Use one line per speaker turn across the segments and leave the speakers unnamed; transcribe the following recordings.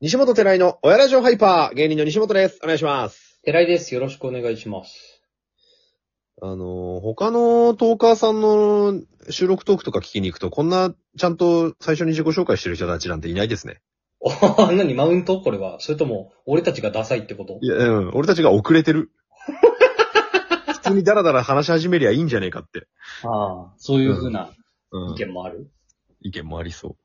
西本寺井の親ラジオハイパー、芸人の西本です。お願いします。
寺井です。よろしくお願いします。
あのー、他のトーカーさんの収録トークとか聞きに行くと、こんな、ちゃんと最初に自己紹介してる人たちなんていないですね。
おはは何マウントこれは。それとも、俺たちがダサいってこと
いや、うん、俺たちが遅れてる。 普通にダラダラ話し始めりゃいいんじゃねえかって。
ああ。そういうふうな
うん
意。見もある、
意見もありそう。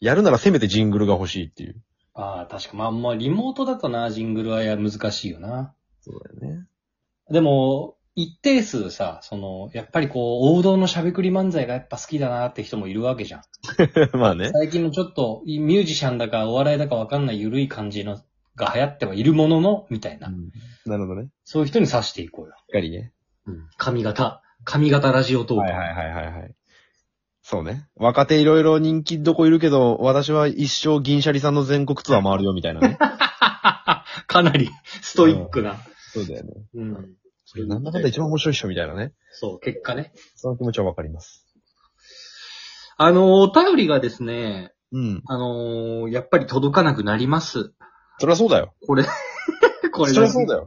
やるならせめてジングルが欲しいっていう。
ああ、確か。まあまあ、リモートだとな、ジングルはや難しいよな。
そうだよね。
でも、一定数さ、その、やっぱりこう、王道の喋り漫才がやっぱ好きだなって人もいるわけじゃん。
まあね。
最近のちょっと、ミュージシャンだかお笑いだかわかんない緩い感じの、が流行ってはいるものの、みたいな。
なるほどね。
そういう人に刺していこうよ。
しっかりね。
髪型。髪型ラジオトーク。
はいはいはいはいはい。そうね。若手いろいろ人気どこいるけど、私は一生銀シャリさんの全国ツアー回るよみたいな ね。
かなりストイックな。
そうだよね。
うん。
それなんだかんだ一番面白いっしょみたいなね。
そう、結果ね。
その気持ちはわかります。
あの、お便りがですね、
うん。
あのーやっぱり届かなくなります。
そりゃそうだよ。
これ、これ
そりゃそうだ
よ。
よ。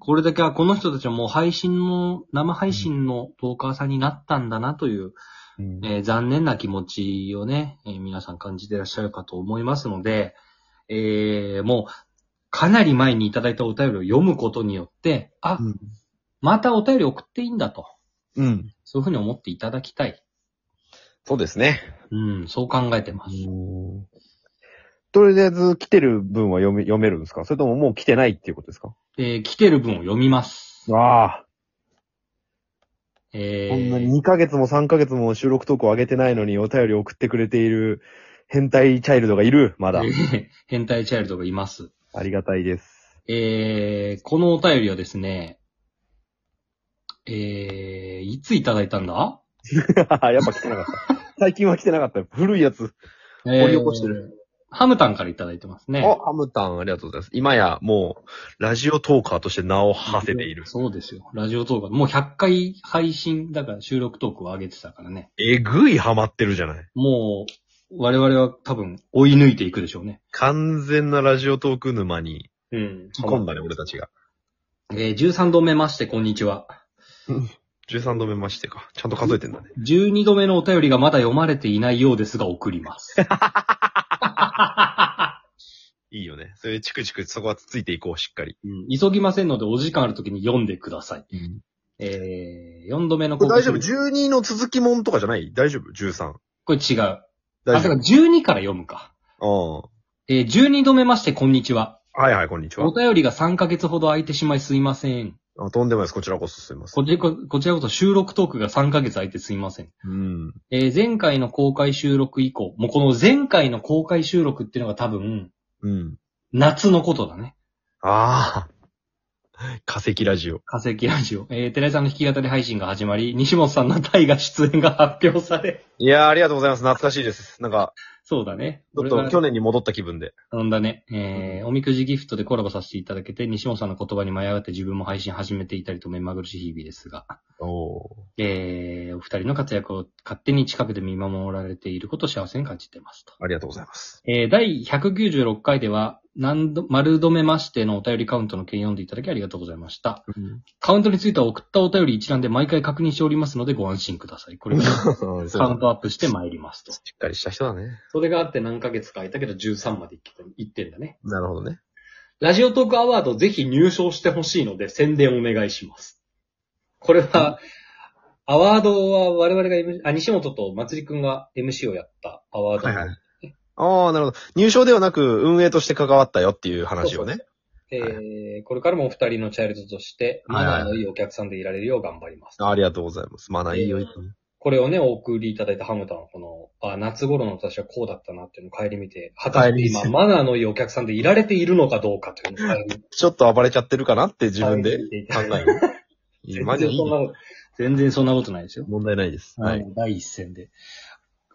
これだけはこの人たちはもう配信の、生配信のトーカーさんになったんだなという、
うん
えー残念な気持ちをね、えー皆さん感じてらっしゃるかと思いますので、えーもう、かなり前にいただいたお便りを読むことによって、あ、
うん
またお便り送っていいんだと、
うん。
そういうふうに思っていただきたい。
そうですね。
うん、そう考えてます。
とりあえず来てる分は読め、読めるんですかそれとももう来てないっていうことですか
えー来てる分を読みます。
ああ。
えー
こんなに2ヶ月も3ヶ月も収録トークを上げてないのにお便りを送ってくれている変態チャイルドがいる、まだ
え。ー 変態チャイルドがいます。
ありがたいです。
えーこのお便りはですね、えーいついただいたんだ
やっぱ来てなかった。最近は来てなかったよ。古いやつ。掘り起こして
る。ハムタンからいただいてますね。
あ、ハムタンありがとうございます。今やもう、ラジオトーカーとして名を馳せている。
そうですよ。ラジオトーク。もう100回配信、だから収録トークを上げてたからね。
えぐいハマってるじゃない。
もう、我々は多分追い抜いていくでしょうね。
完全なラジオトーク沼に、
うん。
引き込んだね、俺たちが。
えー13度目まして、こんにちは。
13度目ましてか。ちゃんと数えてんだね。
12度目のお便りがまだ読まれていないようですが、送り ます。
いいよね。それチクチクそこはつついていこう、しっかり。
うん急ぎませんので、お時間あるときに読んでください。えー、4度目の
これ
告
大
知
丈夫 ?12 の続きもんとかじゃない大丈夫 ?13。
これ違う。あ、だ
大
か
丈
ら12から読むか。
夫。
えー、12度目まして、こんにちは。
うん。はいはい、こんにちは
お。便りが3ヶ月ほど空いてしまいすいません。
あとんでもないです。こちらこそすいません。
こちここちらこそ収録トークが3ヶ月空いてすいません。
うん。
えー、前回の公開収録以降、もうこの前回の公開収録っていうのが多分、
うん。
夏のことだね。
ああ。化石ラジオ。
化石ラジオ。えー、寺井さんの弾き語り配信が始まり、西本さんの大河出演が発表され。
いやー、ありがとうございます。懐かしいです。なんか、
そうだね。
ちょっと去年に戻った気分で。
頼んだね。えー、おみくじギフトでコラボさせていただけて、西本さんの言葉に迷って自分も配信始めていたりと目まぐるしい日々ですが、
おお。
えー、お二人の活躍を勝手に近くで見守られていることを幸せに感じてますと。
ありがとうございます。
えー、第196回では、何度、丸止めましてのお便りカウントの件読んでいただきありがとうございました。カウントについては送ったお便り一覧で毎回確認しておりますのでご安心ください。これから
うん そうだ
カウ
ね
ントアップして参りますと。
しっかりした人だね。
それがあって何ヶ月か空いたけど13まで行ってんだね。
なるほどね。
ラジオトークアワードぜひ入賞してほしいので宣伝お願いします。これは、アワードは我々が M、あ、西本とまつりくんが MC をやったアワード。
はいはい。ああ、なるほど。入賞ではなく、運営として関わったよっていう話をね。
えー、これからもお二人のチャイルドとして、
は
マ
いはい
ナーのいいお客さんでいられるよう頑張ります。
ありがとうございます。まあないいよ、いいよ
これをね、お送りいただいたハムタンはこの、あ、夏頃の私はこうだったなっていうのを帰り見て、果たして今、
帰り見
マナーのいいお客さんでいられているのかどうかというのを帰り
ちょっと暴れちゃってるかなって自分で
帰り見ていた
考える。 いやマジでいい
全然そんな
ね。
こと全然そんなことないですよ。
問題ないです。
は
はいい。。
第一線で。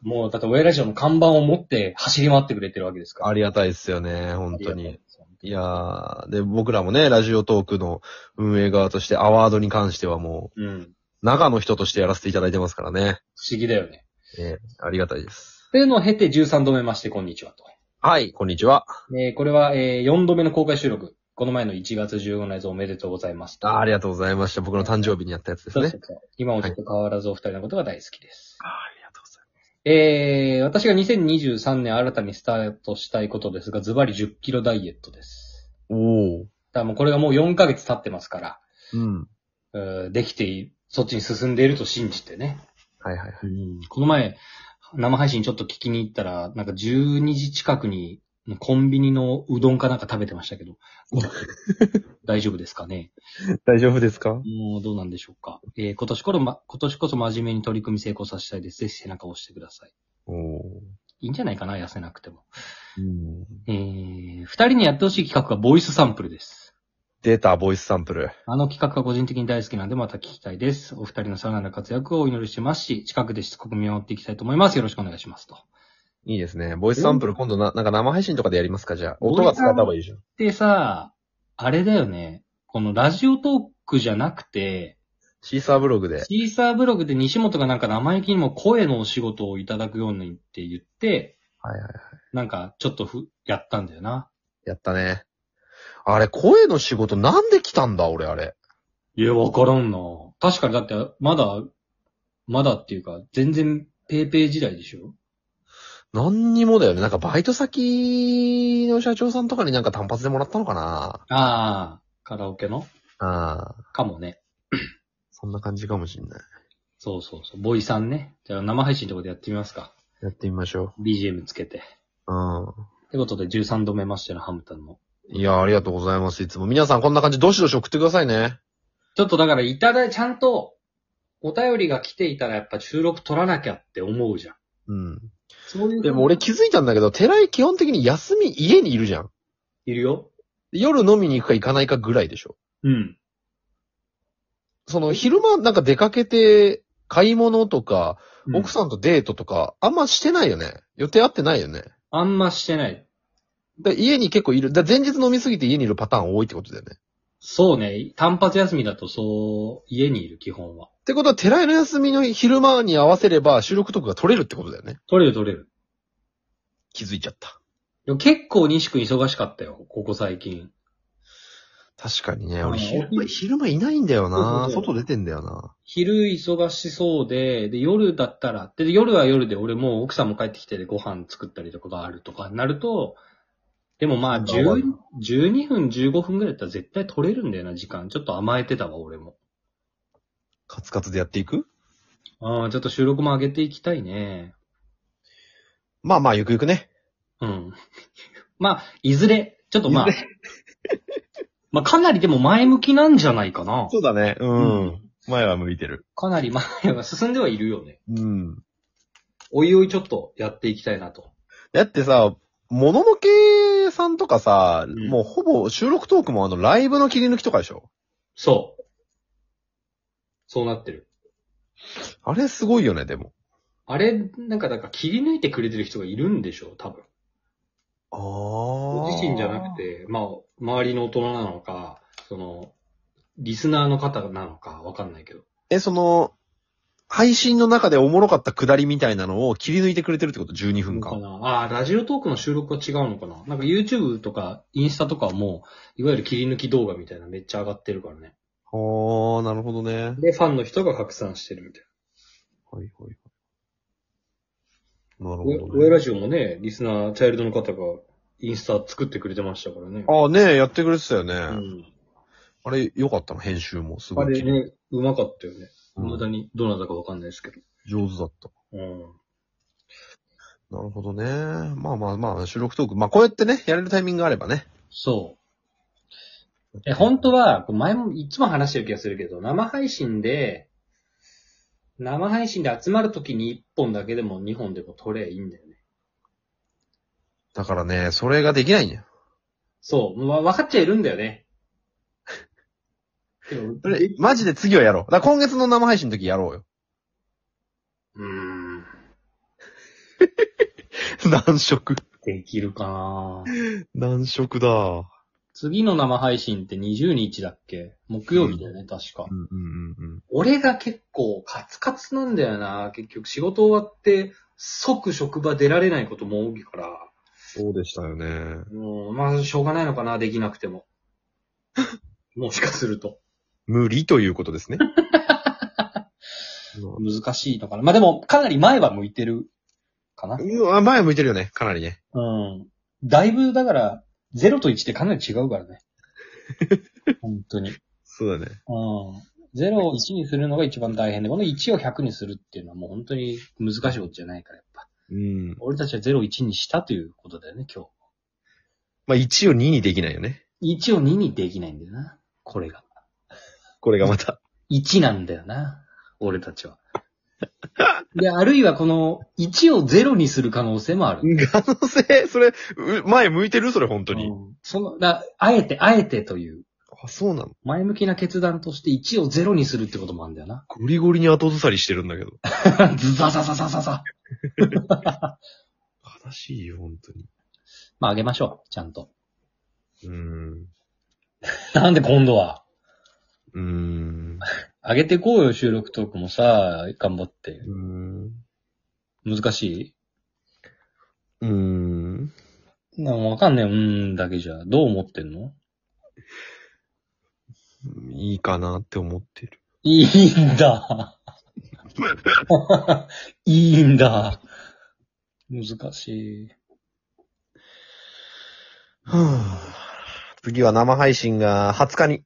もう、だって、親ラジオの看板を持って走り回ってくれてるわけですから。
ありがたいですよね、本当
あり
に
が。たいです。
いやー、で、僕らもね、ラジオトークの運営側として、アワードに関してはも
うん。
う、中の人としてやらせていただいてますからね。
不思議だよね。
ええありがたいです。
というのを経て13度目まして、こんにちはと。
はい。
こんにちは。
えーこれは、え4度目の公開収録。この前の1月15日おめでとうございまし
あ
た。
ーありがとうございました。僕の誕生日にやったやつです
そう
ね。
そうそう今もずっと変わらずお二人のことが大好きです。
あーありがとうござい
えー、私が2023年新たにスタートしたいことですが、ズバリ10キロダイエットです。
ます。
だからもうこれがもう4ヶ月経ってますから、
おお。うん。
うーできてい、そっちに進んでいると信じてね。
はいはいはい。
この前、生配信ちょっと聞きに行ったら、なんか12時近くに、コンビニのうどんかなんか食べてましたけど、大丈夫ですかね
大丈夫ですか
もうどうなんでしょうか、えー今年こそ、ま、今年こそ真面目に取り組み成功させたいです。ぜひ背中を押してください。
おお。
いいんじゃないかな痩せなくても。
うん。
えー、二人にやってほしい企画がボイスサンプルです。
出た、ボイスサンプル。
あの企画が個人的に大好きなんでまた聞きたいです。お二人のさらなる活躍をお祈りしてますし、近くでしつこく見守っていきたいと思います。よろしくお願いしますと。
いいですね。ボイスサンプル、今度な、なんか生配信とかでやりますかじゃあ。音が使った方がいいじゃん。
ってさ、あれだよね。このラジオトークじゃなくて、
シーサーブログで。
シーサーブログで西本がなんか生意気にも声のお仕事をいただくようにって言って、
はいはいはい。
なんかちょっとふ、やったんだよな。
やったね。あれ、声の仕事なんで来たんだ俺、あれ。
いや、わからんな。確かにだって、まだ、まだっていうか、全然ペーペー時代でしょ
何にもだよね。なんかバイト先の社長さんとかになんか単発でもらったのかな
ああ、カラオケの
ああ。
かもね。
そんな感じかもしんない。
そうそうそう。ボイさんね。じゃあ生配信とかでやってみますか。
やってみましょ
BGM つけて。
う。うん。
ってことで13度目ましてのハムタンの
いや、ありがとうございます。いつも。皆さんこんな感じ、どしどし送ってくださいね。
ちょっとだからいただい、ちゃんと、お便りが来ていたらやっぱ収録取らなきゃって思うじゃん。
うん。
そういう。
でも俺、気づいたんだけど、寺井基本的に休み家にいるじゃん。
いるよ。
夜飲みに行くか行かないかぐらいでしょ。
うん。
その昼間なんか出かけて、買い物とか、
僕
奥さんとデートとか、あんましてないよね。予定合ってないよね。
あんましてない。
で家に結構いる。だ前日飲みすぎて家にいるパターン多いってことだよね。
そうね。単発休みだとそう、家にいる基本は。
ってことは、寺井の休みの昼間に合わせれば収録とかが取れるってことだよね。
取れる取れる。
気づいちゃった。
でも結構西君忙しかったよ。ここ最近。
確かにね、
うん
俺昼間、昼間いないんだよな。
そうそうそう
外出てんだよな。
昼忙しそうで、で、夜だったら、で、夜は夜で俺もう奥さんも帰ってきてでご飯作ったりとかがあるとかなると、でもまあ、10 12分、15分ぐらいだったら絶対取れるんだよな、時間。ちょっと甘えてたわ、俺も。
カツカツでやっていく
ああ、ちょっと収録も上げていきたいね。
まあまあ、ゆくゆくね。
うん。 まあ、いずれ、ちょっとまあ、 まあかなりでも前向きなんじゃないかな。
そうだね。う。
うん
前は向いてる。
かなり前は進んではいるよね。
うん。
おいおいちょっとやっていきたいなと。
だってさ、もののけさんとかさ、
ん
もうほぼ収録トークもあの、ライブの切り抜きとかでしょ
そう。そうなってる。
あれすごいよね、でも。
あれ、なんか、だから切り抜いてくれてる人がいるんでしょう、多分。
ああ。
ご自身じゃなく
て。
て、まあ、周りの大人なのか、その、リスナーの方なのか、わかんないけど。
え、その、配信の中でおもろかったくだりみたいなのを切り抜いてくれてるってこと ?12 分
か
間。
なああ、ラジオトークの収録は違うのかななんか YouTube とかインスタとかはもう、いわゆる切り抜き動画みたいなめっちゃ上がってるからね。
ほー、なるほどね。
で、ファンの人が拡散してるみたい
はいはいはい。なる
な。
ほど、
お親ラ
ね。
ジオもね、リスナー、チャイルドの方がインスタ作ってくれてましたからね。
ああねやってくれてたよね。
うん。
あれ、よかったの編集も。すごい。
あれね、うまかったよね。
うん
無駄にどなたかわかんないですけど。
上手だった。
うん。
なるほどね。まあまあまあ、収録トーク。まあこうやってね、やれるタイミングがあればね。
そう。え、本当は、これ前もいつも話してる気がするけど、生配信で、生配信で集まるときに1本だけでも2本でも撮ればいいんだよね。
だからね、それができないんよ。
そう。わ、分かっちゃいるんだよね。 でも
それ、マジで次はやろう。だから今月の生配信の時やろうよ。
うーん。
難色。
できるかな
難色だ。
次の生配信って20日だっけ木曜日だよね、確か
う。んうんうんうん。
俺が結構カツカツなんだよな。結局仕事終わって即職場出られないことも多いから。
そうでしたよね。
もう、まあ、しょうがないのかな、できなくて も。もしかすると。
無理ということ ですね。
難しいのかな。まあ、でも、かなり前は向いてるかな。
うんあ前向いてるよね、かなりね。
うん。だいぶ、だから、0と1ってかなり違うからね。 本当に。うん。
そうだね。
0を1にするのが一番大変で、この1を100にするっていうのはもう本当に難しいことじゃないから、やっぱ。
うん。
俺たちは0を1にしたということだよね、今
まあ、1を2にできないよね。
日。1を2にできないんだよな。これが。
これがまた。
1なんだよな。俺たちは。 で、あるいはこの1を0にする可能性もある。
可能性、それ、う前向いてるそれ、本当に。
うんその、だあえて、あえてという、
あ、そうなの
前向きな決断として1を0にするってこともあるんだよな。
ゴリゴリに後ずさりしてるんだけど。
ズザザザザザザ。
悲しいよ、本当に。
まあ、あげましょう、ちゃんと。
うん。
なんで今度は。
うん。
あげてこうよ、収録トークもさ、頑張って。
うん。
難し
うん。
いなんかわかんねえ、うーんだけじゃ。どう思ってんの
いいかなって思ってる。
いいん だ。いいんだ。難しい。
次は生配信が20日に。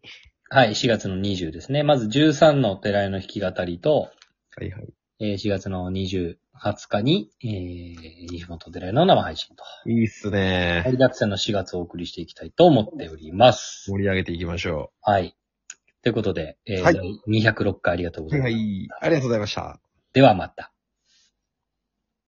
はい、4月の20ですね。まず13のお寺への弾き語りと、
はいはい。
えー4月の20、20日に、えー、西本寺への生配信と。
いいっすね。
盛りだくさんの4月をお送りしていきたいと思っております。
盛り上げていきましょ
はい。ということで、えー
はい
第206回ありがとうご
う。
ざいます。
い。ありがとうございました。
ではまた。